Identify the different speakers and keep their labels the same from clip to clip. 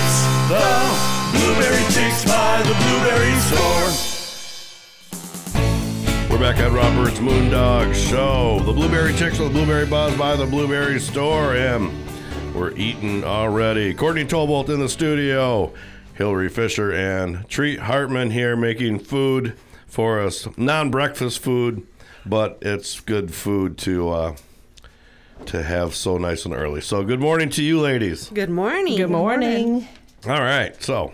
Speaker 1: the Blueberry Chicks by the Blueberry Store.
Speaker 2: We're back at Robert's Moondog Show. The Blueberry Chicks with Blueberry Buzz by the Blueberry Store. And we're eating already. Courtney Tolbolt in the studio. Hillary Fisher and Treat Hartman here making food for us. Non breakfast food, but it's good food to uh, to have so nice and early. So good morning to you ladies.
Speaker 3: Good morning.
Speaker 4: Good morning.
Speaker 2: All right, so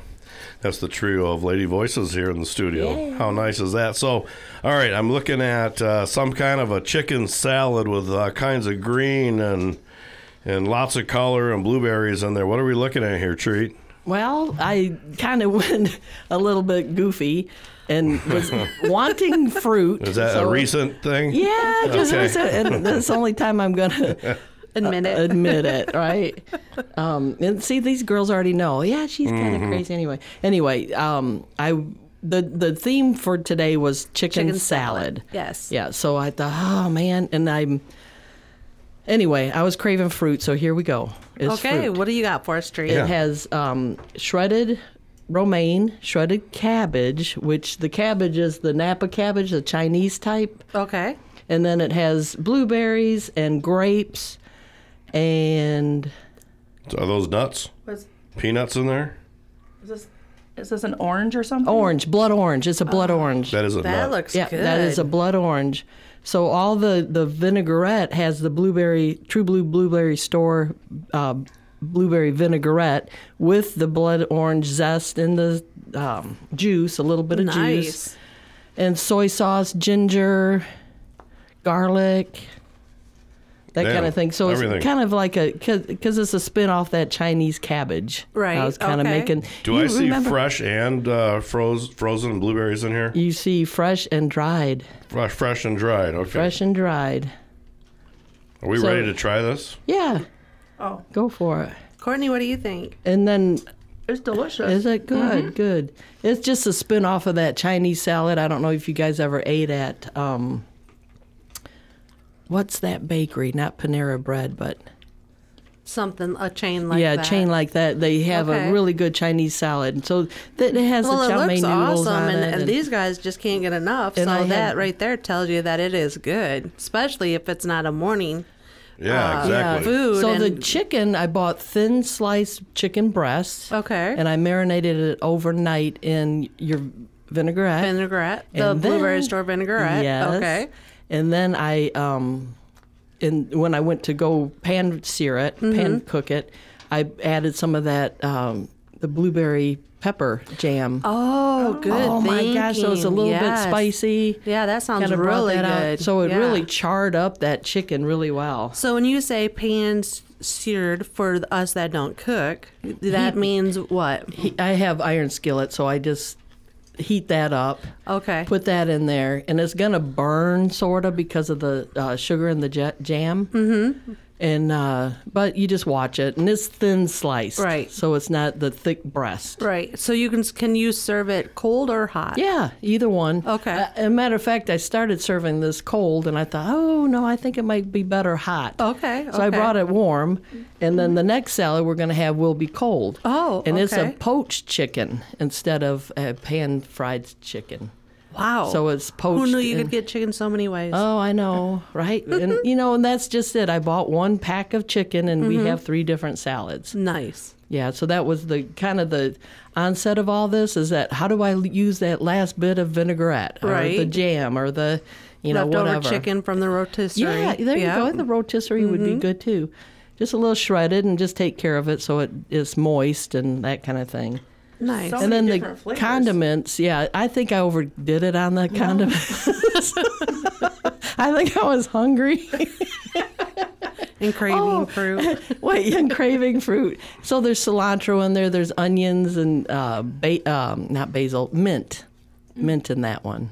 Speaker 2: that's the trio of lady voices here in the studio. How nice is that? So, all right, I'm looking at uh, some kind of a chicken salad with uh, kinds of green and and lots of color and blueberries in there. What are we looking at here, treat?
Speaker 4: Well, I kind of went a little bit goofy and was wanting fruit.
Speaker 2: Is that a
Speaker 4: so-
Speaker 2: recent thing?
Speaker 4: Yeah, just
Speaker 2: Okay.
Speaker 4: recent. And that's the only time I'm going to
Speaker 3: Admit it.
Speaker 4: admit it, right? Um, and see, these girls already know. Yeah, she's kind of
Speaker 2: Mm-hmm.
Speaker 4: crazy anyway. Anyway, um, I the the theme for today was chicken,
Speaker 3: Chicken salad.
Speaker 4: salad.
Speaker 3: Yes.
Speaker 4: Yeah. So I thought, oh man, and I'm. Anyway, I was craving fruit, so here we go. It's
Speaker 3: okay,
Speaker 4: fruit.
Speaker 3: what do you got for us, Tree?
Speaker 4: It has um, shredded romaine, shredded cabbage, which the cabbage is the Napa cabbage, the Chinese type.
Speaker 3: Okay.
Speaker 4: And then it has blueberries and grapes and
Speaker 2: So are those nuts?
Speaker 5: Was
Speaker 2: Peanuts in there?
Speaker 5: is this is this an orange or something?
Speaker 4: orange, blood orange. It's a blood orange.
Speaker 2: That is a
Speaker 3: That
Speaker 2: nut.
Speaker 3: looks
Speaker 4: yeah,
Speaker 3: Oh, good.
Speaker 4: that is a blood orange. So all the, the vinaigrette has the blueberry, True Blue Blueberry Store uh, blueberry vinaigrette with the blood orange zest in the um, juice, a little bit of juice.
Speaker 3: nice.
Speaker 4: and soy sauce, ginger, garlic, that
Speaker 2: Yeah,
Speaker 4: kind of thing. So
Speaker 2: everything.
Speaker 4: it's kind of like a because it's a spin off that Chinese cabbage.
Speaker 3: Right,
Speaker 4: I was kind
Speaker 3: okay.
Speaker 4: of making.
Speaker 2: Do
Speaker 4: you
Speaker 2: I see
Speaker 4: remember-
Speaker 2: fresh and uh, froze, frozen blueberries in here?
Speaker 4: You see fresh and dried,
Speaker 2: Fresh, fresh and dried. Okay.
Speaker 4: fresh and dried.
Speaker 2: Are we
Speaker 4: so- Ah,
Speaker 2: ready to try this?
Speaker 4: Yeah,
Speaker 5: Oh,
Speaker 4: go for it.
Speaker 3: Courtney, what do you think?
Speaker 4: And then
Speaker 5: it's delicious.
Speaker 4: is it good? Good. It's just a spin off of that Chinese salad. I don't know if you guys ever ate at um, what's that bakery? Not Panera Bread, but
Speaker 3: Something a chain like
Speaker 4: yeah,
Speaker 3: that.
Speaker 4: chain like that. They have
Speaker 3: Okay.
Speaker 4: a really good Chinese salad. So that it has
Speaker 3: Well,
Speaker 4: the
Speaker 3: it
Speaker 4: chow mein
Speaker 3: looks
Speaker 4: noodles
Speaker 3: awesome,
Speaker 4: on
Speaker 3: and,
Speaker 4: it.
Speaker 3: and,
Speaker 4: and-
Speaker 3: these guys just can't get enough. So
Speaker 4: And I had-
Speaker 3: that right there tells you that it is good, especially if it's not a morning
Speaker 2: Yeah,
Speaker 3: uh,
Speaker 2: exactly.
Speaker 3: food.
Speaker 4: so the
Speaker 3: and-
Speaker 4: chicken, I bought thin sliced chicken breasts,
Speaker 3: okay,
Speaker 4: and I marinated it overnight in your vinaigrette.
Speaker 3: vinaigrette, the
Speaker 4: And
Speaker 3: blueberry
Speaker 4: then-
Speaker 3: store vinaigrette.
Speaker 4: Yes.
Speaker 3: Okay,
Speaker 4: And then I, um, and when I went to go pan sear it,
Speaker 3: Mm-hmm.
Speaker 4: pan cook it, I added some of that um, the blueberry pepper jam.
Speaker 3: Oh, good.
Speaker 4: Oh my gosh, so it's a
Speaker 3: thinking.
Speaker 4: little
Speaker 3: Yes.
Speaker 4: bit spicy.
Speaker 3: Yeah, that sounds
Speaker 4: Kinda brought
Speaker 3: really
Speaker 4: that out.
Speaker 3: good.
Speaker 4: So it
Speaker 3: Yeah.
Speaker 4: really charred up that chicken really well.
Speaker 3: So when you say pan s- seared for th- us that don't cook, that means what?
Speaker 4: He- I have iron skillet, so I just heat that up,
Speaker 3: Okay.
Speaker 4: put that in there, and it's gonna burn sorta because of the uh, sugar in the ja- jam. Mm-hmm. And uh, but you just watch it, and it's thin sliced,
Speaker 3: Right.
Speaker 4: So it's not the thick breast.
Speaker 3: right. So you can s- can you serve it cold or hot?
Speaker 4: Yeah, either one.
Speaker 3: Okay.
Speaker 4: Uh, a matter of fact, I started serving this cold, and I thought, oh no, I think it might be better hot.
Speaker 3: Okay,
Speaker 4: So I
Speaker 3: okay.
Speaker 4: brought it warm, and then the next salad we're going to have will be cold.
Speaker 3: Oh,
Speaker 4: And it's a
Speaker 3: okay.
Speaker 4: poached chicken instead of a pan fried chicken.
Speaker 3: Wow.
Speaker 4: So it's poached.
Speaker 3: Who knew you
Speaker 4: and-
Speaker 3: could get chicken so many ways?
Speaker 4: Oh, I know, right? and you know, and that's just it. I bought one pack of chicken, and
Speaker 3: Mm-hmm.
Speaker 4: we have three different salads.
Speaker 3: nice.
Speaker 4: Yeah, so that was the kind of the onset of all this is that how do I l- use that last bit of vinaigrette or the
Speaker 3: Right.
Speaker 4: jam or the you know
Speaker 3: Leftover
Speaker 4: whatever
Speaker 3: chicken from the rotisserie.
Speaker 4: Yeah, there you go. The rotisserie would be good too. Just a little shredded and just take care of it so it is moist and that kind of thing.
Speaker 3: Nice.
Speaker 5: So-
Speaker 4: And
Speaker 5: many
Speaker 4: then the
Speaker 5: different flavors.
Speaker 4: condiments, yeah, I think I overdid it on the condiments. I think I was hungry.
Speaker 3: and craving
Speaker 4: Oh.
Speaker 3: fruit.
Speaker 4: Wait, and craving fruit. So there's cilantro in there. There's onions and uh, ba- um, not basil, mint, mint in that one.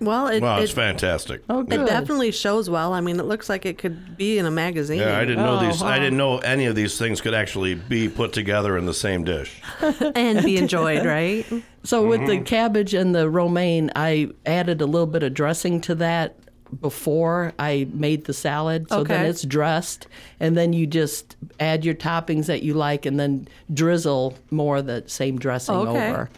Speaker 3: Well, it,
Speaker 2: Wow,
Speaker 3: it,
Speaker 2: it's fantastic.
Speaker 4: Oh,
Speaker 3: it
Speaker 4: good.
Speaker 3: definitely shows well. I mean, it looks like it could be in a magazine.
Speaker 2: Yeah, I didn't know these. I
Speaker 4: Oh, wow.
Speaker 2: didn't know any of these things could actually be put together in the same dish.
Speaker 3: and be enjoyed, right? Mm.
Speaker 4: So with the cabbage and the romaine, I added a little bit of dressing to that before I made the salad. So then
Speaker 3: Okay.
Speaker 4: it's dressed, and then you just add your toppings that you like, and then drizzle more of that same dressing
Speaker 3: Oh, Okay.
Speaker 4: over.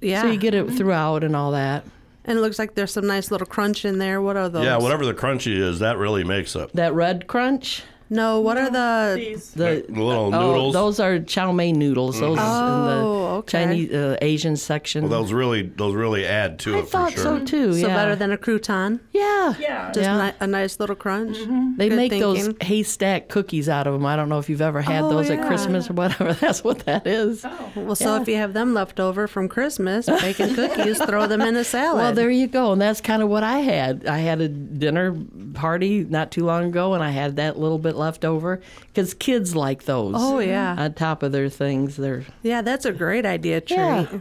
Speaker 3: Yeah. Mm-hmm.
Speaker 4: So you get it throughout and all that.
Speaker 3: and it looks like there's some nice little crunch in there. What are those?
Speaker 2: Yeah, whatever the crunchy is, that really makes it.
Speaker 4: That red crunch,
Speaker 3: No, what are the?
Speaker 5: These.
Speaker 4: the
Speaker 2: The little
Speaker 4: oh,
Speaker 2: noodles. those,
Speaker 4: those are chow mein noodles. Those
Speaker 3: Oh,
Speaker 4: in the
Speaker 3: okay.
Speaker 4: Chinese uh, Asian section.
Speaker 2: really those really add to
Speaker 4: I
Speaker 2: it for
Speaker 4: thought
Speaker 2: sure.
Speaker 4: so too.
Speaker 3: So
Speaker 4: yeah.
Speaker 3: better than a crouton.
Speaker 4: yeah.
Speaker 5: Yeah.
Speaker 3: Just
Speaker 4: Yeah. Mm-hmm.
Speaker 3: ni- a nice little crunch.
Speaker 4: They
Speaker 3: Good
Speaker 4: make those
Speaker 3: thinking.
Speaker 4: haystack cookies out of them. I don't know if you've ever had
Speaker 3: Oh,
Speaker 4: those
Speaker 3: yeah. Oh.
Speaker 4: at Christmas or whatever. That's what that is.
Speaker 3: Well, so if you have them left over from Christmas, bacon cookies, throw them in a salad.
Speaker 4: Well, there you go. And that's kind of what I had. I had a dinner party not too long ago, and I had that little bit left over because kids like those.
Speaker 3: Oh, yeah.
Speaker 4: On top of their things, their
Speaker 3: Yeah, that's a great idea, treat.
Speaker 4: Yeah.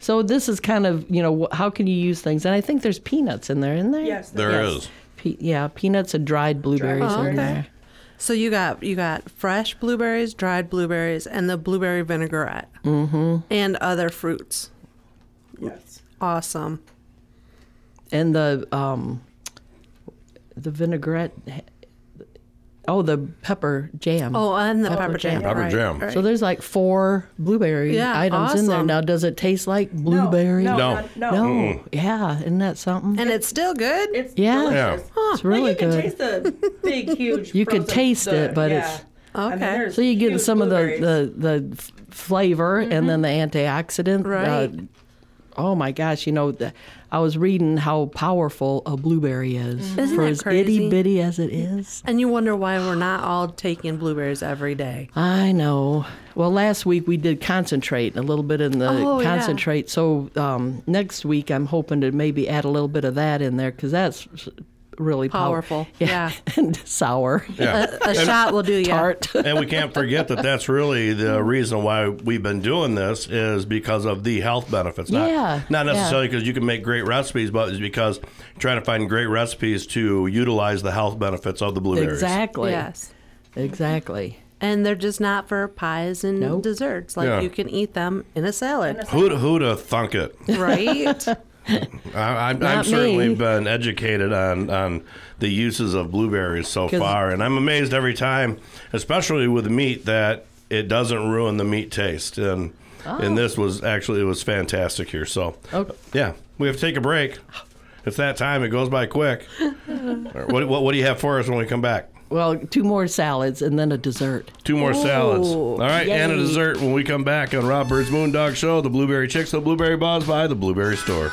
Speaker 4: So this is kind of you know wh- how can you use things, and I think there's peanuts in there, isn't there?
Speaker 5: Yes.
Speaker 2: There
Speaker 4: Yes.
Speaker 2: is.
Speaker 4: Pe- yeah, peanuts and dried blueberries
Speaker 3: Oh,
Speaker 4: in
Speaker 3: okay.
Speaker 4: there.
Speaker 3: So you got you got fresh blueberries, dried blueberries, and the blueberry vinaigrette, mm-hmm. and other fruits.
Speaker 5: Yes.
Speaker 3: Awesome.
Speaker 4: and the um, the vinaigrette. Oh, the pepper jam.
Speaker 3: Oh, and the
Speaker 4: Pepper
Speaker 3: pepper, jam.
Speaker 4: jam.
Speaker 2: Pepper
Speaker 3: right,
Speaker 2: jam.
Speaker 3: right.
Speaker 4: so there's like four blueberry
Speaker 3: Yeah,
Speaker 4: items in there
Speaker 3: awesome.
Speaker 4: now. Does it taste like blueberry?
Speaker 5: No.
Speaker 2: No.
Speaker 5: No. No.
Speaker 4: No. Yeah, isn't that something?
Speaker 3: and it's still good.
Speaker 5: It's
Speaker 4: Yeah.
Speaker 5: delicious.
Speaker 2: Yeah.
Speaker 4: it's really
Speaker 5: you can
Speaker 4: good.
Speaker 5: taste the big, huge.
Speaker 4: You could
Speaker 5: frozen-
Speaker 4: taste
Speaker 5: the-
Speaker 4: it, but
Speaker 5: yeah.
Speaker 4: it's-
Speaker 5: I mean,
Speaker 3: Okay.
Speaker 5: there's
Speaker 4: So you get
Speaker 5: huge
Speaker 4: some of
Speaker 5: blueberries.
Speaker 4: the the, the f- flavor and then the antioxidant.
Speaker 3: Mm-hmm.
Speaker 4: uh,
Speaker 3: Right.
Speaker 4: oh my gosh! You know, the, I was reading how powerful a blueberry is
Speaker 3: Mm-hmm. Isn't
Speaker 4: for
Speaker 3: that
Speaker 4: as
Speaker 3: crazy? Mm-hmm.
Speaker 4: itty bitty as it is.
Speaker 3: And you wonder why we're not all taking blueberries every day.
Speaker 4: I know. Well, last week we did concentrate a little bit in the
Speaker 3: Oh, yeah.
Speaker 4: concentrate. So um, next week I'm hoping to maybe add a little bit of that in there because that's really pow-
Speaker 3: Powerful, yeah.
Speaker 4: and sour,
Speaker 2: Yeah.
Speaker 3: A shot will do you.
Speaker 4: tart.
Speaker 2: and we can't forget that that's really the reason why we've been doing this is because of the health benefits. Not,
Speaker 4: Yeah,
Speaker 2: not
Speaker 4: yeah.
Speaker 2: necessarily because you can make great recipes, but it's because trying to find great recipes to utilize the health benefits of the blueberries.
Speaker 4: exactly.
Speaker 3: Yes.
Speaker 4: Exactly.
Speaker 3: And they're just not for pies and
Speaker 4: Nope.
Speaker 3: desserts. Like
Speaker 2: Yeah.
Speaker 3: you can eat them in a salad,
Speaker 2: Who'd, who'd have thunk it?
Speaker 3: right?
Speaker 2: I, I, I've
Speaker 4: Not
Speaker 2: certainly
Speaker 4: me.
Speaker 2: been educated on, on the uses of blueberries so
Speaker 4: 'Cause-
Speaker 2: far, and I'm amazed every time, especially with meat, that it doesn't ruin the meat taste. And and this was actually it was fantastic here. So
Speaker 4: Okay.
Speaker 2: yeah, we have to take a break. It's that time. It goes by quick. All right, what, what what do you have for us when we come back?
Speaker 4: Well, two more salads and then a dessert.
Speaker 2: Two more salads.
Speaker 4: Ooh,
Speaker 2: All right, and a
Speaker 4: yay.
Speaker 2: dessert when we come back on Rob Bird's Moondog Show, the Blueberry Chicks, the Blueberry Buzz by the Blueberry Store.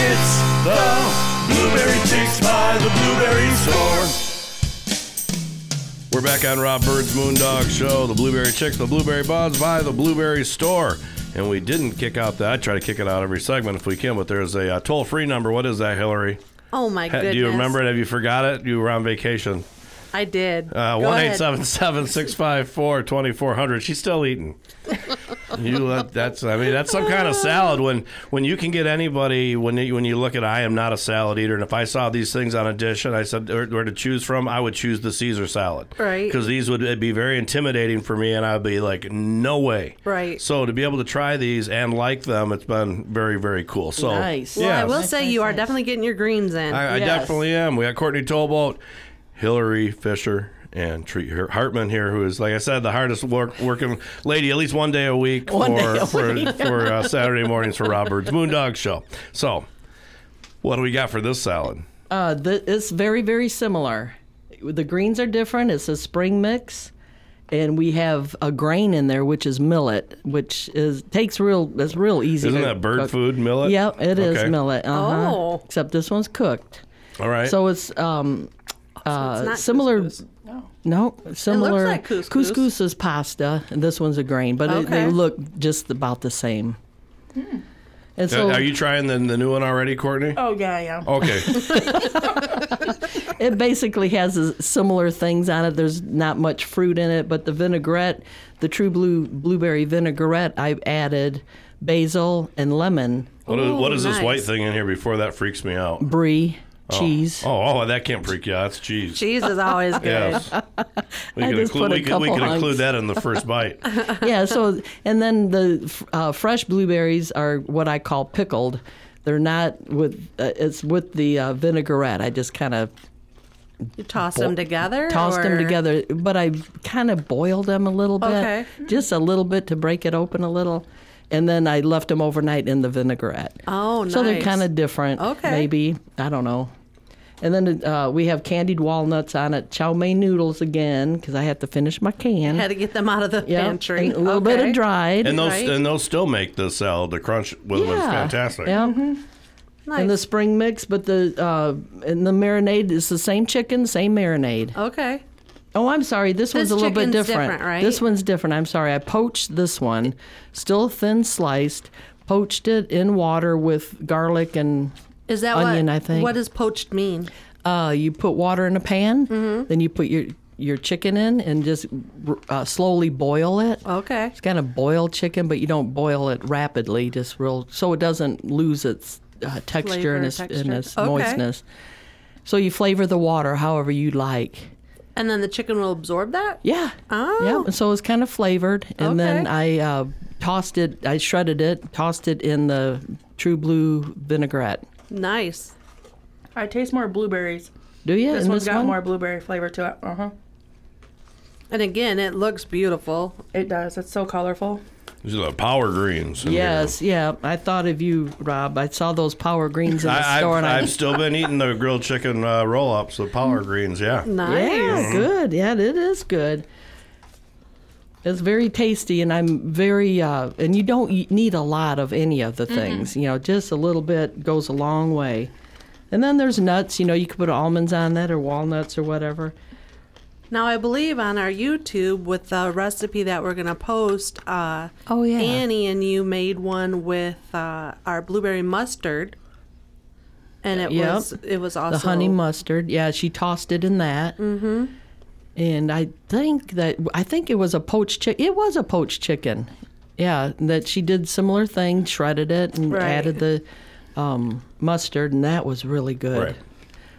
Speaker 1: It's the Blueberry Chicks by the Blueberry Store.
Speaker 2: We're back on Rob Bird's Moondog Show, the Blueberry Chicks, the Blueberry Buds by the Blueberry Store. And we didn't kick out that. I try to kick it out every segment if we can, but there's a uh, toll free number. What is that, Hillary?
Speaker 3: Oh my
Speaker 2: Ha-
Speaker 3: goodness!
Speaker 2: Do you remember it? Have you forgot it? You were on vacation.
Speaker 3: I did.
Speaker 2: Uh,
Speaker 3: Go ahead.
Speaker 2: 1 654 2400. She's still eating. You let that's I mean that's some kind of salad when when you can get anybody when you, when you look at I am not a salad eater and if I saw these things on a dish and I said or, or to choose from I would choose the Caesar salad
Speaker 3: Right.
Speaker 2: because these would be very intimidating for me and I'd be like no way
Speaker 3: Right.
Speaker 2: so to be able to try these and like them it's been very very cool so
Speaker 4: Nice.
Speaker 3: Well,
Speaker 2: yeah
Speaker 3: I will
Speaker 2: so-
Speaker 3: say you are definitely getting your greens in.
Speaker 2: I, I
Speaker 4: Yes.
Speaker 2: definitely am. We got Courtney Tolbolt, Hillary Fisher, and Tree her- Hartman here, who is, like I said, the hardest work, working lady at least one day a week
Speaker 4: One
Speaker 2: for,
Speaker 4: day a
Speaker 2: for, for uh, Saturday mornings for Robert's Moondog Show. So, what do we got for this salad?
Speaker 4: Uh, the, it's very, very similar. The greens are different. It's a spring mix, and we have a grain in there which is millet, which is takes real. It's real easy.
Speaker 2: Isn't
Speaker 4: to
Speaker 2: that bird
Speaker 4: cook.
Speaker 2: food, millet?
Speaker 4: Yep, it is
Speaker 2: Okay.
Speaker 4: millet. Uh-huh.
Speaker 3: Oh.
Speaker 4: except this one's cooked.
Speaker 2: All right.
Speaker 4: So it's um, uh,
Speaker 3: not
Speaker 4: similar. No, similar.
Speaker 3: like couscous.
Speaker 4: couscous is pasta, and this one's a grain, but it,
Speaker 3: Okay. Hmm.
Speaker 4: they look just about the same. And
Speaker 2: Uh,
Speaker 4: so
Speaker 2: Are you trying the, the new one already, Courtney?
Speaker 5: Oh, yeah, yeah.
Speaker 2: Okay.
Speaker 4: it basically has a- similar things on it. There's not much fruit in it, but the vinaigrette, the true blue blueberry vinaigrette, I've added basil and lemon,
Speaker 2: What is, what
Speaker 3: Ooh,
Speaker 2: is this
Speaker 3: nice.
Speaker 2: white thing in here before that freaks me out?
Speaker 4: brie, cheese.
Speaker 2: Oh, oh, that can't freak you out. It's cheese.
Speaker 3: Cheese is always good.
Speaker 2: Yes. We
Speaker 4: I
Speaker 2: can
Speaker 4: just
Speaker 2: include,
Speaker 4: put a
Speaker 2: we could, we
Speaker 4: couple
Speaker 2: could include
Speaker 4: hunks.
Speaker 2: that in the first bite.
Speaker 4: yeah. So, and then the f- uh, fresh blueberries are what I call pickled. They're not with. Uh, it's with the uh, vinaigrette. I just kind of
Speaker 3: You toss them together.
Speaker 4: tossed them
Speaker 3: or-
Speaker 4: together, but I kind of boiled them a little bit,
Speaker 3: Okay.
Speaker 4: just a little bit to break it open a little, and then I left them overnight in the vinaigrette.
Speaker 3: Oh,
Speaker 4: So they're
Speaker 3: nice.
Speaker 4: kind of different.
Speaker 3: Okay.
Speaker 4: Maybe I don't know. And then uh, we have candied walnuts on it, chow mein noodles again because I had to finish my can.
Speaker 3: Had to get them out of the
Speaker 4: Yeah,
Speaker 3: pantry.
Speaker 4: and a little bit
Speaker 3: Okay.
Speaker 4: of dried.
Speaker 2: And those
Speaker 3: Right.
Speaker 2: and those still make the salad. The crunch was, was fantastic.
Speaker 4: Yeah.
Speaker 3: Mm-hmm. Nice.
Speaker 4: And the spring mix, but the uh, and the marinade is the same chicken, same marinade.
Speaker 3: okay.
Speaker 4: Oh, I'm sorry. This, one's a little bit
Speaker 3: chicken's
Speaker 4: different.
Speaker 3: different, right?
Speaker 4: This one's different. I'm sorry. I poached this one, still thin sliced. Poached it in water with garlic and
Speaker 3: Is that
Speaker 4: onion.
Speaker 3: what?
Speaker 4: I think.
Speaker 3: What does poached mean?
Speaker 4: Uh, you put water in a pan,
Speaker 3: Mm-hmm.
Speaker 4: then you put your your chicken in and just r- uh, slowly boil it.
Speaker 3: Okay.
Speaker 4: It's kind of boiled chicken, but you don't boil it rapidly. Just real, so it doesn't lose its uh, texture
Speaker 3: Flavor
Speaker 4: and
Speaker 3: and
Speaker 4: its, and
Speaker 3: texture.
Speaker 4: its
Speaker 3: Okay.
Speaker 4: moistness. So you flavor the water however you like.
Speaker 3: And then the chicken will absorb that.
Speaker 4: Yeah.
Speaker 3: Oh.
Speaker 4: Yeah. and So it's kind of flavored, and then
Speaker 3: Okay.
Speaker 4: I uh, tossed it. I shredded it, tossed it in the True Blue vinaigrette.
Speaker 3: Nice.
Speaker 5: I taste more blueberries.
Speaker 4: Do you?
Speaker 5: This
Speaker 4: in
Speaker 5: one's
Speaker 4: this
Speaker 5: got
Speaker 4: one?
Speaker 5: more blueberry flavor to it. Uh huh.
Speaker 3: And again, it looks beautiful.
Speaker 5: It does. It's so colorful.
Speaker 2: These are the power greens. in
Speaker 4: Yes, yeah. I thought of you, Rob. I saw those power greens in
Speaker 2: here.
Speaker 4: the
Speaker 2: I,
Speaker 4: store,
Speaker 2: I've,
Speaker 4: and I
Speaker 2: I've still been eating the grilled chicken uh, roll ups, the
Speaker 4: Mm.
Speaker 2: power greens. Yeah.
Speaker 3: Nice.
Speaker 4: yeah, good. Yeah, it is good. It's very tasty, and I'm very uh, and you don't y- need a lot of any of the things. You know, just a little bit goes a long way. And then there's nuts. You know, you could put almonds on that or walnuts or whatever.
Speaker 3: Now I believe on our YouTube with the recipe that we're gonna post. Uh,
Speaker 4: Oh, yeah.
Speaker 3: Annie and you made one with uh, our blueberry mustard, and it
Speaker 4: Yep.
Speaker 3: was it was also
Speaker 4: the honey mustard. Yeah, she tossed it in that. Mm-hmm. And I think that I think it was a poached chicken. It was a poached chicken. Yeah, that she did similar thing, shredded it and
Speaker 3: Right.
Speaker 4: added the um, mustard, and that was really good.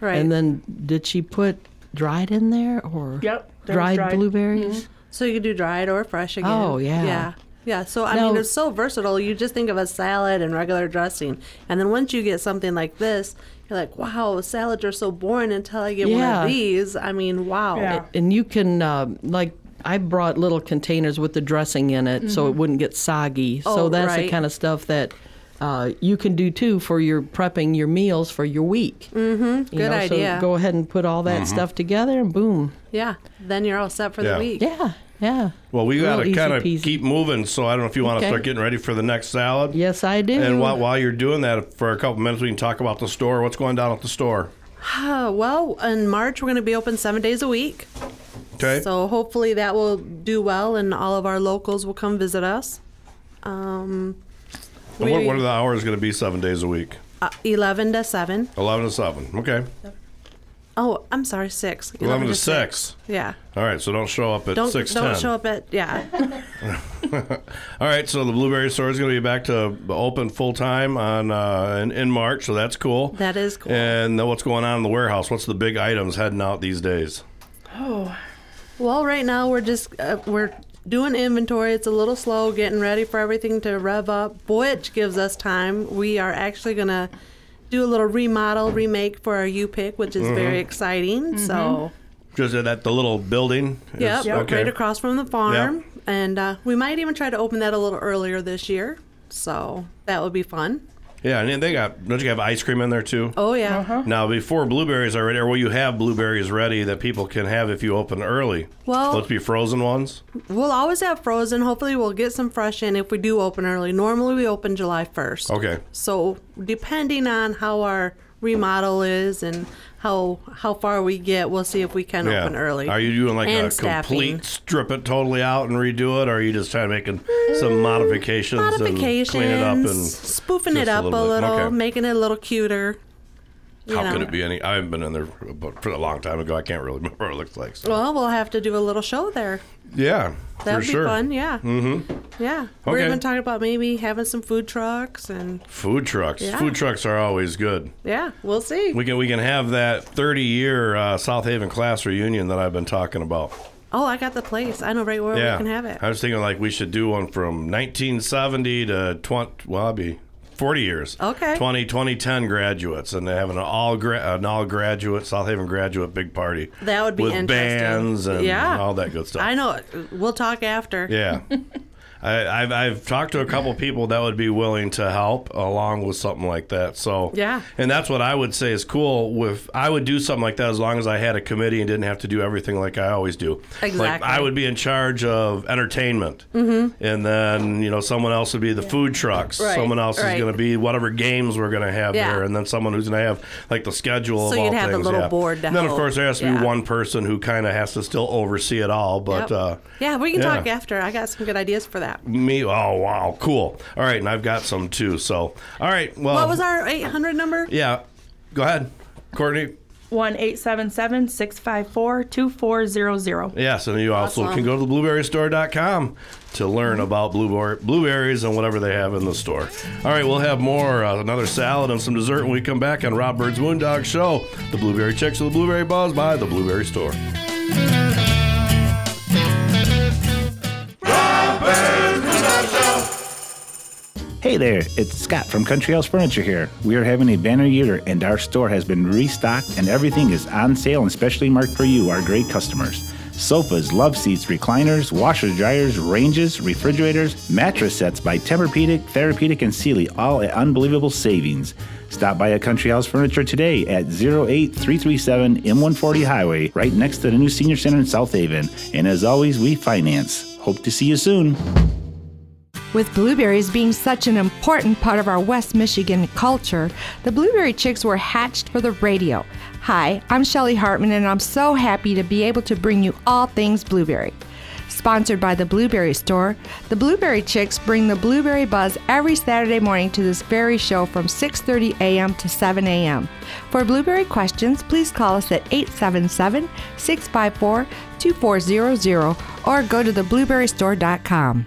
Speaker 2: Right.
Speaker 3: right.
Speaker 4: And then did she put dried in there or
Speaker 5: Yep, there was
Speaker 4: dried,
Speaker 5: dried.
Speaker 4: blueberries?
Speaker 3: So you could do dried or fresh again.
Speaker 4: Oh, yeah.
Speaker 3: Yeah. Yeah. So I
Speaker 4: Now-
Speaker 3: mean it's so versatile. You just think of a salad and regular dressing. And then once you get something like this, you're like, Wow, salads are so boring until I get one
Speaker 4: Yeah.
Speaker 3: of these. I mean, wow.
Speaker 5: Yeah.
Speaker 4: And you can uh, like I brought little containers with the dressing in it, so it wouldn't get soggy.
Speaker 3: Mm-hmm. Oh,
Speaker 4: so that's the
Speaker 3: right.
Speaker 4: kind of stuff that uh, you can do too for your prepping your meals for your week. Mm-hmm.
Speaker 3: Good idea.
Speaker 4: So go ahead and put all
Speaker 2: Mm-hmm.
Speaker 4: that stuff together, and boom.
Speaker 3: Yeah. Then you're all set for
Speaker 2: Yeah.
Speaker 3: the week.
Speaker 4: Yeah, yeah.
Speaker 2: Well, we got to
Speaker 4: easy
Speaker 2: kind of
Speaker 4: peasy.
Speaker 2: keep moving. So I don't know if you want to
Speaker 4: Okay.
Speaker 2: start getting ready for the next salad.
Speaker 4: Yes, I do.
Speaker 2: And while, while you're doing that, for a couple minutes, we can talk about the store. What's going down at the store?
Speaker 3: Uh, well, in March we're gonna be open seven days a week.
Speaker 2: Okay.
Speaker 3: So hopefully that will do well and all of our locals will come visit us. Um
Speaker 2: and what,
Speaker 3: we-
Speaker 2: what are the hours going to be seven days a week?
Speaker 3: uh, eleven to seven.
Speaker 2: 11 to 7. Okay.
Speaker 3: Oh, I'm sorry, six.
Speaker 2: 11 to
Speaker 3: to
Speaker 2: 6.
Speaker 3: Yeah.
Speaker 2: All right, so don't show up at
Speaker 3: Don't
Speaker 2: 6
Speaker 3: don't show up at yeah.
Speaker 2: All right, so the Blueberry Store is going to be back to open full time on uh, in, in March, so that's cool.
Speaker 3: That is cool.
Speaker 2: And then what's going on in the warehouse? What's the big items heading out these days?
Speaker 3: Well, right now we're just uh, we're doing inventory. It's a little slow getting ready for everything to rev up, which gives us time. We are actually gonna do a little remodel remake for our U pick, which is
Speaker 2: Mm-hmm.
Speaker 3: very exciting. So,
Speaker 2: Just at the little building. is-
Speaker 3: yep,
Speaker 2: okay.
Speaker 3: right across from the farm, and uh, we might even try to open that a little earlier this year. So that would be fun.
Speaker 2: Yeah, and then they got. Don't you have ice cream in there too?
Speaker 3: Oh yeah,
Speaker 2: Now, before blueberries are ready, or will you have blueberries ready that people can have if you open early?
Speaker 3: Well-
Speaker 2: let's be frozen ones.
Speaker 3: we'll always have frozen. Hopefully, we'll get some fresh in if we do open early. Normally, we open July first.
Speaker 2: Okay.
Speaker 3: So depending on how our remodel is and how how far we get, we'll see if we can
Speaker 2: Yeah.
Speaker 3: open early.
Speaker 2: Are you doing like
Speaker 3: And
Speaker 2: a
Speaker 3: staffing.
Speaker 2: complete strip it totally out and redo it, or are you just kind of making
Speaker 3: Mm,
Speaker 2: some modifications,
Speaker 3: modifications,
Speaker 2: and clean it up and
Speaker 3: spoofing
Speaker 2: just
Speaker 3: it
Speaker 2: a
Speaker 3: up a
Speaker 2: little
Speaker 3: little,
Speaker 2: bit. Okay.
Speaker 3: making it a little cuter? you
Speaker 2: How
Speaker 3: know.
Speaker 2: could it be any? I haven't been in there for a long time ago. I can't really remember what it looks like. So.
Speaker 3: Well, we'll have to do a little show there.
Speaker 2: yeah,
Speaker 3: That'd
Speaker 2: for
Speaker 3: be
Speaker 2: sure.
Speaker 3: fun. Yeah. Mm-hmm. Yeah. We're
Speaker 2: Okay.
Speaker 3: even talking about maybe having some food trucks and
Speaker 2: Food trucks.
Speaker 3: Yeah.
Speaker 2: Food trucks are always good.
Speaker 3: yeah, we'll see.
Speaker 2: We can we can have that 30 year uh, South Haven class reunion that I've been talking about.
Speaker 3: oh, I got the place. I know right where
Speaker 2: yeah,
Speaker 3: we can have it.
Speaker 2: I was thinking like we should do one from 1970 to 20. Well, I'll be 40 years.
Speaker 3: Okay.
Speaker 2: 20 2010 graduates and they have an all gra- an all graduate South Haven graduate big party.
Speaker 3: That would be
Speaker 2: with
Speaker 3: interesting.
Speaker 2: bands and
Speaker 3: Yeah.
Speaker 2: all that good stuff.
Speaker 3: I know. it. We'll talk after.
Speaker 2: Yeah. I, I've, I've talked to a couple people that would be willing to help along with something like that. So
Speaker 3: Yeah.
Speaker 2: and that's what I would say is cool. With I would do something like that as long as I had a committee and didn't have to do everything like I always do. Like
Speaker 3: Exactly.
Speaker 2: I would be in charge of entertainment, mm-hmm. and then you know someone else would be the food trucks.
Speaker 3: Right,
Speaker 2: Someone else
Speaker 3: right.
Speaker 2: is going to be whatever games we're going to have
Speaker 3: Yeah.
Speaker 2: there, and then someone who's going to have like the schedule.
Speaker 3: So
Speaker 2: of all
Speaker 3: you'd have a
Speaker 2: things,
Speaker 3: little
Speaker 2: yeah.
Speaker 3: board to
Speaker 2: And then of
Speaker 3: help.
Speaker 2: course there has to
Speaker 3: Yeah.
Speaker 2: be one person who kind of has to still oversee it all. But
Speaker 3: Yep.
Speaker 2: uh,
Speaker 3: yeah, we can
Speaker 2: yeah.
Speaker 3: talk after. I got some good ideas for that.
Speaker 2: Me? Oh, wow, cool. All right, and I've got some too. So, all right. Well,
Speaker 3: What was our 800 number?
Speaker 2: Yeah, go ahead, Courtney.
Speaker 5: One eight seven seven six five four two four zero zero.
Speaker 2: Yes, and you also
Speaker 3: Awesome.
Speaker 2: can go to theblueberrystore.com to learn about blueberry, blueberries and whatever they have in the store. All right, we'll have more, uh, another salad and some dessert when we come back on Rob Bird's Moondog Show. The Blueberry Chicks with the Blueberry Buzz by the Blueberry Store.
Speaker 6: Hey there, it's Scott from Country House Furniture here. We are having a banner year and our store has been restocked and everything is on sale and specially marked for you, our great customers. Sofas, love seats, recliners, washers, dryers, ranges, refrigerators, mattress sets by Tempur-Pedic, Therapeutic, and Sealy, all at unbelievable savings. Stop by at Country House Furniture today at 08337 M140 Highway, right next to the new Senior Center in South Haven. And as always, we finance. Hope to see you soon.
Speaker 7: With blueberries being such an important part of our West Michigan culture, the Blueberry Chicks were hatched for the radio. Hi, I'm Shelly Hartman, and I'm so happy to be able to bring you all things blueberry. Sponsored by the Blueberry Store, the Blueberry Chicks bring the blueberry buzz every Saturday morning to this very show from 6:30 a.m. to 7 a.m. For blueberry questions, please call us at 877-654-2400 or go to theblueberrystore.com.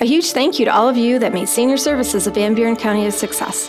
Speaker 8: A huge thank you to all of you that made Senior Services of Van Buren County a success.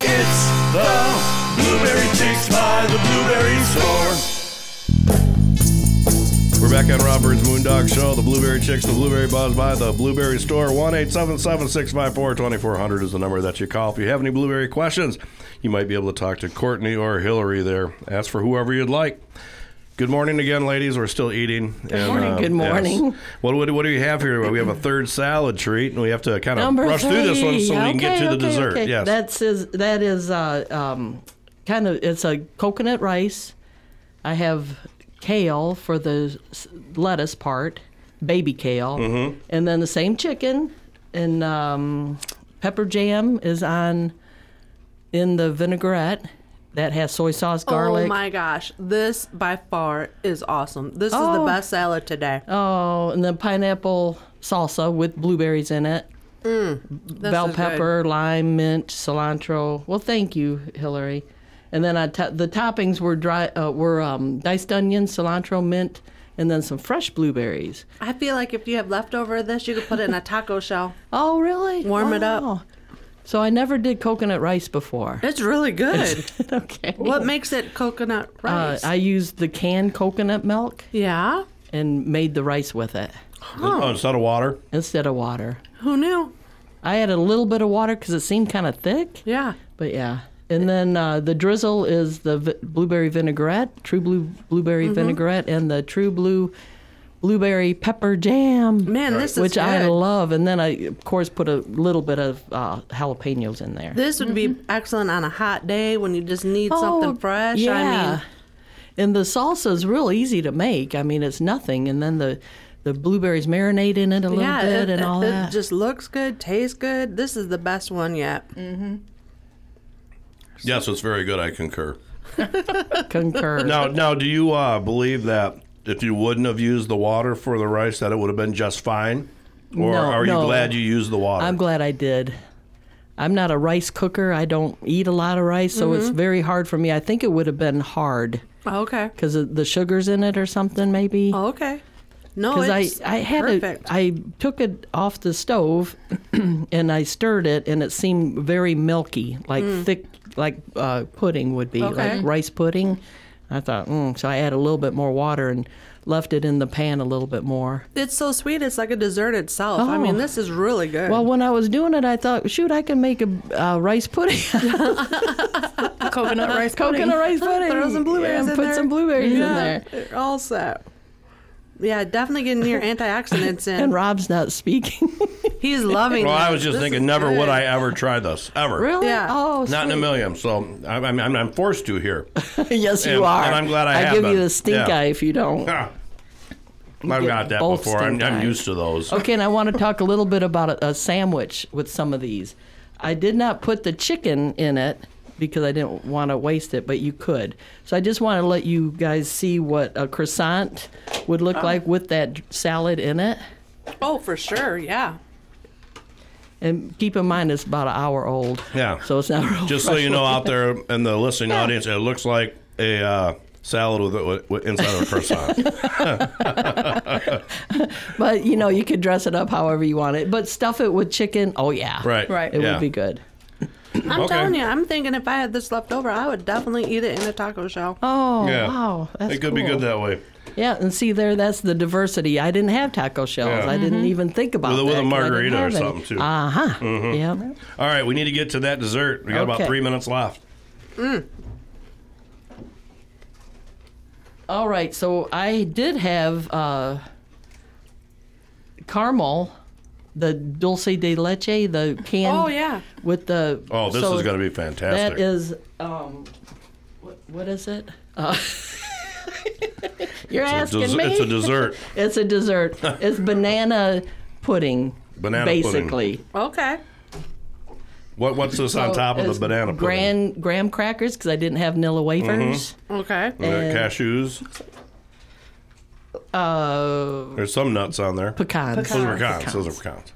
Speaker 2: It's the Blueberry Chicks by the Blueberry Store. We're back on Robert's Moondog Show. The Blueberry Chicks, the Blueberry Buzz by the Blueberry Store. 1 654 2400 is the number that you call. If you have any blueberry questions, you might be able to talk to Courtney or Hillary there. Ask for whoever you'd like. Good morning again, ladies. We're still eating. Good
Speaker 4: morning, good morning.
Speaker 2: What, what, what do we have here? We have a third salad treat, and we have to kind of
Speaker 4: Number
Speaker 2: rush through this one
Speaker 4: three.
Speaker 2: so we can get
Speaker 4: Okay,
Speaker 2: to the
Speaker 4: okay,
Speaker 2: dessert.
Speaker 4: okay.
Speaker 2: Yes.
Speaker 4: That's is that is uh, um, kind of it's a coconut rice. I have kale for the s- lettuce part, baby kale,
Speaker 2: Mm-hmm.
Speaker 4: and then the same chicken and um, pepper jam is on in the vinaigrette that has soy sauce, garlic.
Speaker 3: Oh my gosh, this by far is awesome. This is
Speaker 4: Oh.
Speaker 3: the best salad today.
Speaker 4: Oh, and then pineapple salsa with blueberries in it.
Speaker 3: This
Speaker 4: bell
Speaker 3: is good.
Speaker 4: pepper, lime, mint, cilantro. Well, thank you, Hillary. And then I to- the toppings were dry uh, were um, diced onion, cilantro, mint, and then some fresh blueberries.
Speaker 3: I feel like if you have leftover of this, you could put it in a taco shell.
Speaker 4: Oh, really?
Speaker 3: Warm it up.
Speaker 4: Wow. So I never did coconut rice before.
Speaker 3: It's really good.
Speaker 4: okay.
Speaker 3: what makes it coconut
Speaker 4: Uh,
Speaker 3: rice?
Speaker 4: I used the canned coconut milk
Speaker 3: yeah.
Speaker 4: and made the rice with it
Speaker 2: Oh, instead of water.
Speaker 4: instead of water.
Speaker 3: Who knew?
Speaker 4: I had a little bit of water because it seemed kind of thick.
Speaker 3: Yeah.
Speaker 4: But yeah. And then uh, the drizzle is the vi- blueberry vinaigrette, true blue blueberry
Speaker 3: Mm-hmm.
Speaker 4: vinaigrette, and the true blue blueberry pepper jam.
Speaker 3: Man, this is
Speaker 4: which I
Speaker 3: good.
Speaker 4: love. And then I, of course, put a little bit of uh, jalapenos in there.
Speaker 3: This would
Speaker 4: Mm-hmm.
Speaker 3: be excellent on a hot day when you just need
Speaker 4: Oh,
Speaker 3: something fresh. I mean,
Speaker 4: and the salsa is real easy to make. I mean, it's nothing. And then the the blueberries marinate in it a little
Speaker 3: yeah,
Speaker 4: bit
Speaker 3: it,
Speaker 4: and
Speaker 3: it-
Speaker 4: all
Speaker 3: it
Speaker 4: that.
Speaker 3: just looks good, tastes good. This is the best one yet.
Speaker 4: Mm.
Speaker 2: Yes, it's very good. I concur.
Speaker 4: Concur.
Speaker 2: Now, now, do you uh, believe that if you wouldn't have used the water for the rice, that it would have been just fine? Or
Speaker 4: No,
Speaker 2: are you
Speaker 4: no.
Speaker 2: glad you used the water?
Speaker 4: I'm glad I did. I'm not a rice cooker. I don't eat a lot of rice, so
Speaker 3: Mm-hmm.
Speaker 4: it's very hard for me. I think it would have been hard
Speaker 3: Okay.
Speaker 4: because the sugar's in it or something, maybe.
Speaker 3: Okay. No,
Speaker 4: Because
Speaker 3: Oh, it's
Speaker 4: I, I had it,
Speaker 3: perfect.
Speaker 4: I took it off the stove and I stirred it, and it seemed very milky, like thick, like uh, pudding would be,
Speaker 3: Mm. Okay.
Speaker 4: like rice pudding. I thought, mm. so I added a little bit more water and left it in the pan a little bit more.
Speaker 3: it's so sweet. It's like a dessert itself. I
Speaker 4: Oh.
Speaker 3: mean, this is really good.
Speaker 4: Well, when I was doing it, I thought, shoot, I can make a uh, rice pudding.
Speaker 5: Coconut rice pudding.
Speaker 4: coconut rice pudding.
Speaker 3: Throw some blueberries
Speaker 4: Yeah,
Speaker 3: in
Speaker 4: put
Speaker 3: there.
Speaker 4: some blueberries in
Speaker 3: yeah,
Speaker 4: there.
Speaker 3: they're all set. Yeah, definitely getting your antioxidants in.
Speaker 4: And Rob's not speaking.
Speaker 3: He's loving.
Speaker 2: well, I
Speaker 3: this.
Speaker 2: was just
Speaker 3: This
Speaker 2: thinking,
Speaker 3: is
Speaker 2: never would
Speaker 3: good.
Speaker 2: I ever try this ever.
Speaker 3: Yeah.
Speaker 4: Oh,
Speaker 2: Not in a
Speaker 4: sweet.
Speaker 2: million. So I'm, I'm, I'm forced to here.
Speaker 4: yes, you
Speaker 2: And-
Speaker 4: are.
Speaker 2: and I'm glad I
Speaker 4: I
Speaker 2: have
Speaker 4: give you
Speaker 2: been.
Speaker 4: the stink
Speaker 2: Yeah.
Speaker 4: eye if you don't.
Speaker 2: I've got that
Speaker 4: both
Speaker 2: before. I'm,
Speaker 4: stink
Speaker 2: I'm
Speaker 4: eyes.
Speaker 2: used to those.
Speaker 4: Okay, and I want to talk a little bit about a, a sandwich with some of these. I did not put the chicken in it because I didn't want to waste it, but you could. So I just want to let you guys see what a croissant would look like with that salad in it.
Speaker 3: Oh, for sure. Yeah.
Speaker 4: And keep in mind, it's about an hour old.
Speaker 2: Yeah.
Speaker 4: So it's not real
Speaker 2: Just so
Speaker 4: fresh
Speaker 2: you
Speaker 4: looking.
Speaker 2: know, out there in the listening audience, it looks like a uh, salad with, with, with inside of a croissant.
Speaker 4: But you know, you could dress it up however you want it. But stuff it with chicken. Oh yeah,
Speaker 2: Right.
Speaker 5: Right.
Speaker 4: It
Speaker 2: Yeah.
Speaker 4: would be good.
Speaker 3: I'm
Speaker 2: Okay.
Speaker 3: telling you, I'm thinking if I had this left over, I would definitely eat it in a taco shell.
Speaker 4: Oh
Speaker 2: Yeah.
Speaker 4: wow, that's
Speaker 2: it could be
Speaker 4: cool.
Speaker 2: good that way.
Speaker 4: Yeah, and see there, that's the diversity. I didn't have taco shells.
Speaker 2: Yeah.
Speaker 4: I didn't even think about
Speaker 2: With a- with
Speaker 4: that
Speaker 2: a
Speaker 4: 'cause I didn't
Speaker 2: margarita or
Speaker 4: have any.
Speaker 2: something, mm-hmm. too.
Speaker 4: Uh-huh. Yeah.
Speaker 2: All right, we need to get to that dessert. We got about
Speaker 4: Okay.
Speaker 2: three minutes left.
Speaker 4: All right. So I did have uh, caramel, the dulce de leche, the can.
Speaker 3: Oh, yeah.
Speaker 4: With the.
Speaker 2: Oh, this
Speaker 4: so
Speaker 2: is going to be fantastic.
Speaker 4: That is. Um, what, what is it? Uh, you're
Speaker 2: it's, a
Speaker 4: asking
Speaker 2: des-
Speaker 4: me.
Speaker 2: it's a dessert.
Speaker 4: It's a dessert. it's banana pudding.
Speaker 2: Banana pudding.
Speaker 4: basically.
Speaker 3: Okay.
Speaker 2: What, what's this on
Speaker 4: So
Speaker 2: top of the
Speaker 4: it's
Speaker 2: banana pudding? Mm-hmm.
Speaker 4: Gran, graham crackers because I didn't have Nilla wafers.
Speaker 3: Okay.
Speaker 4: Mm.
Speaker 2: We got cashews.
Speaker 4: Uh,
Speaker 2: There's some nuts on there.
Speaker 4: pecans.
Speaker 2: Those are pecans. Those are pecans.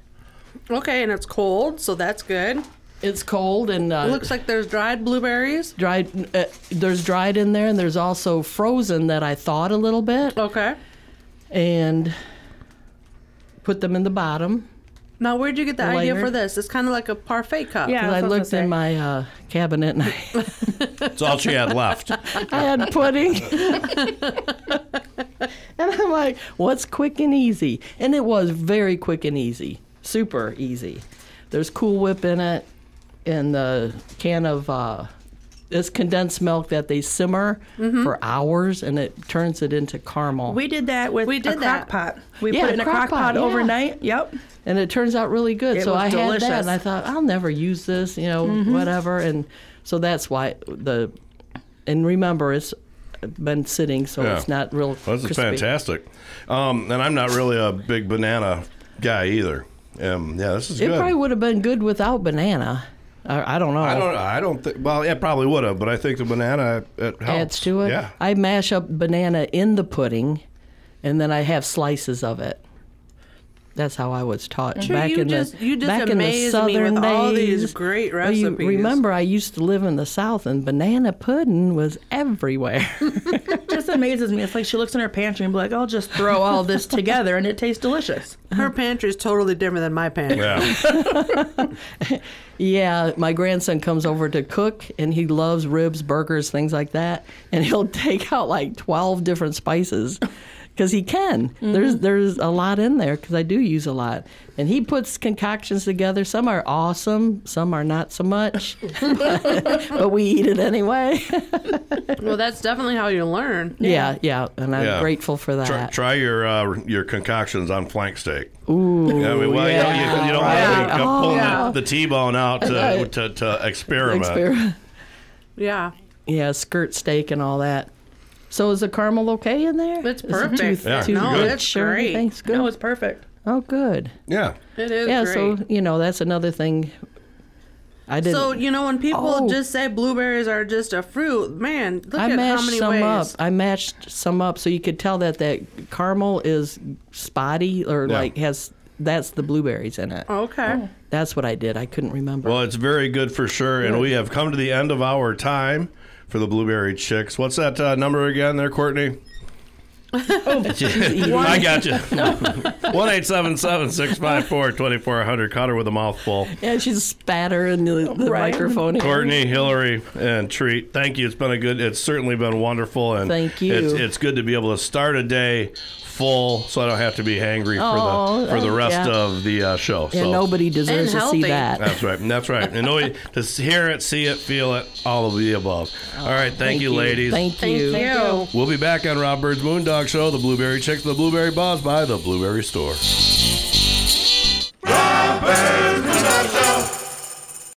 Speaker 3: Okay, and it's cold, so that's good.
Speaker 4: It's cold and uh,
Speaker 3: It looks like there's dried blueberries.
Speaker 4: dried. Uh, there's dried in there, and there's also frozen that I thawed a little bit
Speaker 3: Okay.
Speaker 4: and put them in the bottom.
Speaker 3: Now, where'd you get the idea
Speaker 4: Layered.
Speaker 3: for this? It's kind of like a parfait cup.
Speaker 5: Yeah,
Speaker 4: 'Cause I
Speaker 5: that's what was
Speaker 4: looked
Speaker 5: gonna
Speaker 4: in
Speaker 5: say.
Speaker 4: my uh, cabinet and I,
Speaker 2: It's all she had left.
Speaker 4: I had pudding.
Speaker 5: I
Speaker 4: and I'm like, what's quick and easy? And it was very quick and easy, super easy. There's Cool Whip in it, and the can of uh, this condensed milk that they simmer
Speaker 5: Mhm.
Speaker 4: for hours, and it turns it into caramel.
Speaker 5: We did that with
Speaker 4: We
Speaker 5: we
Speaker 4: did
Speaker 5: did a
Speaker 4: that.
Speaker 5: crock pot. We
Speaker 4: Yeah,
Speaker 5: put it in a crock pot
Speaker 4: yeah.
Speaker 5: overnight. Yep.
Speaker 4: and it turns out really good.
Speaker 5: It
Speaker 4: so
Speaker 5: was
Speaker 4: I had that,
Speaker 5: delicious.
Speaker 4: and I thought I'll never use this, you know,
Speaker 5: Mhm.
Speaker 4: whatever. And so that's why the and remember it's been sitting, so
Speaker 2: Yeah.
Speaker 4: it's not real.
Speaker 2: Well, this is
Speaker 4: crispy.
Speaker 2: fantastic. Um, and I'm not really a big banana guy either. Um, yeah, this is
Speaker 4: It
Speaker 2: good.
Speaker 4: probably would have been good without banana. I, I don't know.
Speaker 2: I don't. I don't think. Well, it probably would have, but I think the banana it helps.
Speaker 4: adds to it.
Speaker 2: Yeah.
Speaker 4: I mash up banana in the pudding, and then I have slices of it. That's how I was taught
Speaker 3: Sure,
Speaker 4: back
Speaker 3: you
Speaker 4: in
Speaker 3: just-
Speaker 4: the
Speaker 3: you just
Speaker 4: back in the
Speaker 3: amaze me with
Speaker 4: southern
Speaker 3: all
Speaker 4: days.
Speaker 3: these great
Speaker 4: Well, you
Speaker 3: recipes.
Speaker 4: remember, I used to live in the south, and banana pudding was everywhere.
Speaker 5: just amazes me. It's like she looks in her pantry and be like, I'll just throw all this together and it tastes delicious.
Speaker 3: Her pantry is totally different than my pantry.
Speaker 2: Yeah.
Speaker 4: Yeah, my grandson comes over to cook and he loves ribs, burgers, things like that. And he'll take out like 12 different spices because he can. There's there's a lot in there because I do use a lot. And he puts concoctions together. Some are awesome, some are not so much, but, but we eat it anyway.
Speaker 3: Well, that's definitely how you learn.
Speaker 4: Yeah, yeah. and I'm
Speaker 2: Yeah.
Speaker 4: grateful for that.
Speaker 2: Try, try your uh, your concoctions on flank steak.
Speaker 4: Ooh.
Speaker 2: I mean, well, you know, you, you don't
Speaker 4: yeah.
Speaker 2: want to
Speaker 4: Oh,
Speaker 2: pull
Speaker 4: yeah.
Speaker 2: the, the T-bone out to,
Speaker 4: Right.
Speaker 2: to, to experiment.
Speaker 4: Experiment.
Speaker 3: Yeah.
Speaker 4: Yeah, skirt steak and all that. So is the caramel okay in there? It's
Speaker 3: perfect.
Speaker 2: Yeah, No, it's
Speaker 5: great.
Speaker 4: Thanks. Good.
Speaker 5: No, it's perfect.
Speaker 4: Oh, good.
Speaker 2: Yeah.
Speaker 3: It is
Speaker 4: yeah,
Speaker 3: great.
Speaker 4: so you know that's another thing. I did.
Speaker 3: So you know when people
Speaker 4: Oh.
Speaker 3: just say blueberries are just a fruit, man, look
Speaker 4: I
Speaker 3: at
Speaker 4: mashed
Speaker 3: how many
Speaker 4: some
Speaker 3: ways.
Speaker 4: up. I mashed some up, so you could tell that that caramel is spotty or
Speaker 2: Yeah.
Speaker 4: like has that's the blueberries in it.
Speaker 3: Okay.
Speaker 4: That's what I did. I couldn't remember.
Speaker 2: Well, it's very good for sure, and
Speaker 4: Good.
Speaker 2: we have come to the end of our time for the blueberry chicks. What's that uh, number again, there, Courtney? I got you. One eight seven seven six five four twenty four hundred. Caught her with a mouthful.
Speaker 4: Yeah, she's spatter in the, the
Speaker 5: Right.
Speaker 4: microphone. here.
Speaker 2: Courtney, Hillary, and Treat, thank you. It's been a good. It's certainly been wonderful, and
Speaker 4: Thank you.
Speaker 2: It's, it's good to be able to start a day full, so I don't have to be hangry for
Speaker 4: Oh,
Speaker 2: the for the rest
Speaker 4: yeah.
Speaker 2: of the uh, show.
Speaker 4: Yeah,
Speaker 2: so.
Speaker 4: nobody deserves
Speaker 3: And
Speaker 4: to see
Speaker 3: healthy.
Speaker 4: that.
Speaker 2: That's right. That's right. And nobody to hear it, see it, feel it, all of the above. All right. Thank, you, ladies.
Speaker 4: Oh, Thank you.
Speaker 2: We'll be back on Rob Bird's Moondog Show, The Blueberry Chicks, The Blueberry Buzz by The Blueberry Store.